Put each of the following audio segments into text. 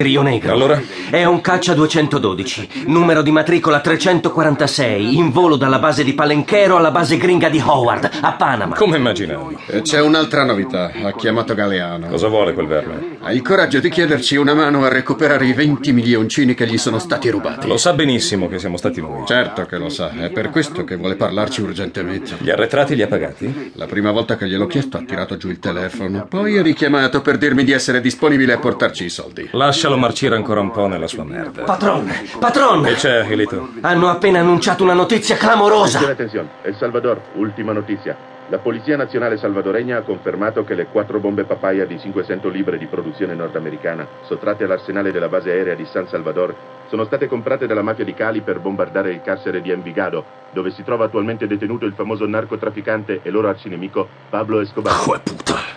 Rio Negro. Allora? È un caccia 212, numero di matricola 346, in volo dalla base di Palenchero alla base gringa di Howard, a Panama. Come immaginavo? Eh, C'è un'altra novità, ha chiamato Galeano. Cosa vuole quel verme? Ha il coraggio di chiederci una mano a recuperare i 20 milioncini che gli sono stati rubati. Lo sa benissimo che siamo stati noi. Cioè, Certo che lo sa, è per questo che vuole parlarci urgentemente. Gli arretrati li ha pagati? La prima volta che gliel'ho chiesto ha tirato giù il telefono, poi ha richiamato per dirmi di essere disponibile a portarci i soldi. Lascialo marcire ancora un po' nella sua merda. Patron, patron! Che c'è, Elito? Hanno appena annunciato una notizia Attenzione, clamorosa. attenzione. El Salvador, ultima notizia. La Polizia Nazionale salvadoregna ha confermato che le quattro bombe papaya di 500 libre di produzione nordamericana, sottratte all'arsenale della base aerea di San Salvador, sono state comprate dalla mafia di Cali per bombardare il carcere di Envigado, dove si trova attualmente detenuto il famoso narcotrafficante e loro arcinemico Pablo Escobar.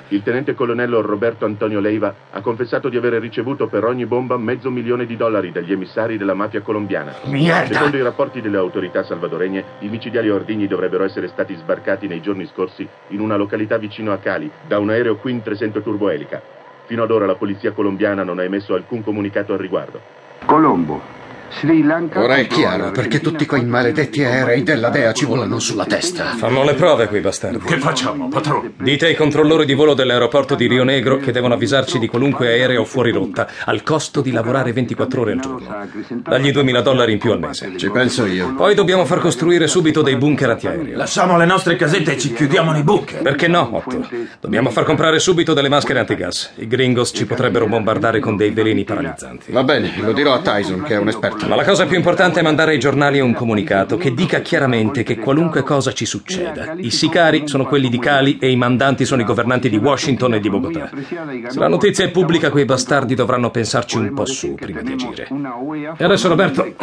Il tenente colonnello Roberto Antonio Leiva ha confessato di aver ricevuto per ogni bomba mezzo milione di dollari dagli emissari della mafia colombiana. Merda! Secondo i rapporti delle autorità salvadoregne, i micidiali ordigni dovrebbero essere stati sbarcati nei giorni scorsi in una località vicino a Cali da un aereo Queen 300 turboelica. Fino ad ora la polizia colombiana non ha emesso alcun comunicato al riguardo. Colombo, Sri Lanka. Ora è chiaro perché tutti quei maledetti aerei della Dea ci volano sulla testa. Fanno le prove quei bastardi. Che facciamo, patrone? Dite ai controllori di volo dell'aeroporto di Rio Negro che devono avvisarci di qualunque aereo fuori rotta, al costo di lavorare 24 ore al giorno. Dagli 2000 dollari in più al mese. Ci penso io. Poi dobbiamo far costruire subito dei bunker antiaereo. Lasciamo le nostre casette e ci chiudiamo nei bunker. Perché no, Otto? Dobbiamo far comprare subito delle maschere antigas. I gringos ci potrebbero bombardare con dei veleni paralizzanti. Va bene, lo dirò a Tyson che è un esperto. Ma la cosa più importante è mandare ai giornali un comunicato che dica chiaramente che qualunque cosa ci succeda, i sicari sono quelli di Cali e i mandanti sono i governanti di Washington e di Bogotà. Se la notizia è pubblica, quei bastardi dovranno pensarci un po' su prima di agire. E adesso, Roberto,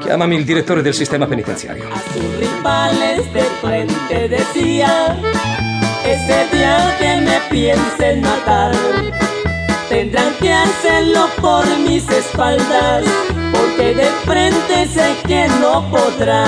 chiamami il direttore del sistema penitenziario. a sus rivales de frente decía, ese día que me piensen matar, tendrán que hacerlo por mis espaldas, porque de frente sé que no podrán.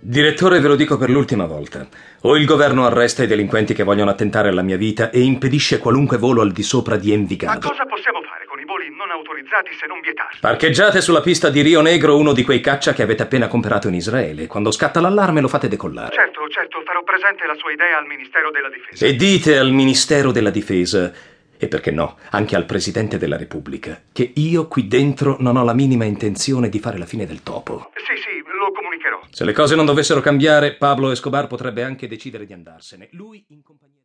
Direttore, ve lo dico per l'ultima volta. O il governo arresta i delinquenti che vogliono attentare alla mia vita e impedisce qualunque volo al di sopra di Ma Envigado. cosa possiamo fare con i voli non autorizzati se non vietati? Parcheggiate sulla pista di Rio Negro uno di quei caccia che avete appena comprato in Israele. Quando scatta l'allarme lo fate decollare. Certo, certo, farò presente la sua idea al Ministero della Difesa. E dite al Ministero della Difesa, e perché no, anche al Presidente della Repubblica, che io qui dentro non ho la minima intenzione di fare la fine del topo. Sì, sì, lo comunicherò. Se le cose non dovessero cambiare, Pablo Escobar potrebbe anche decidere di andarsene. Lui in compagnia.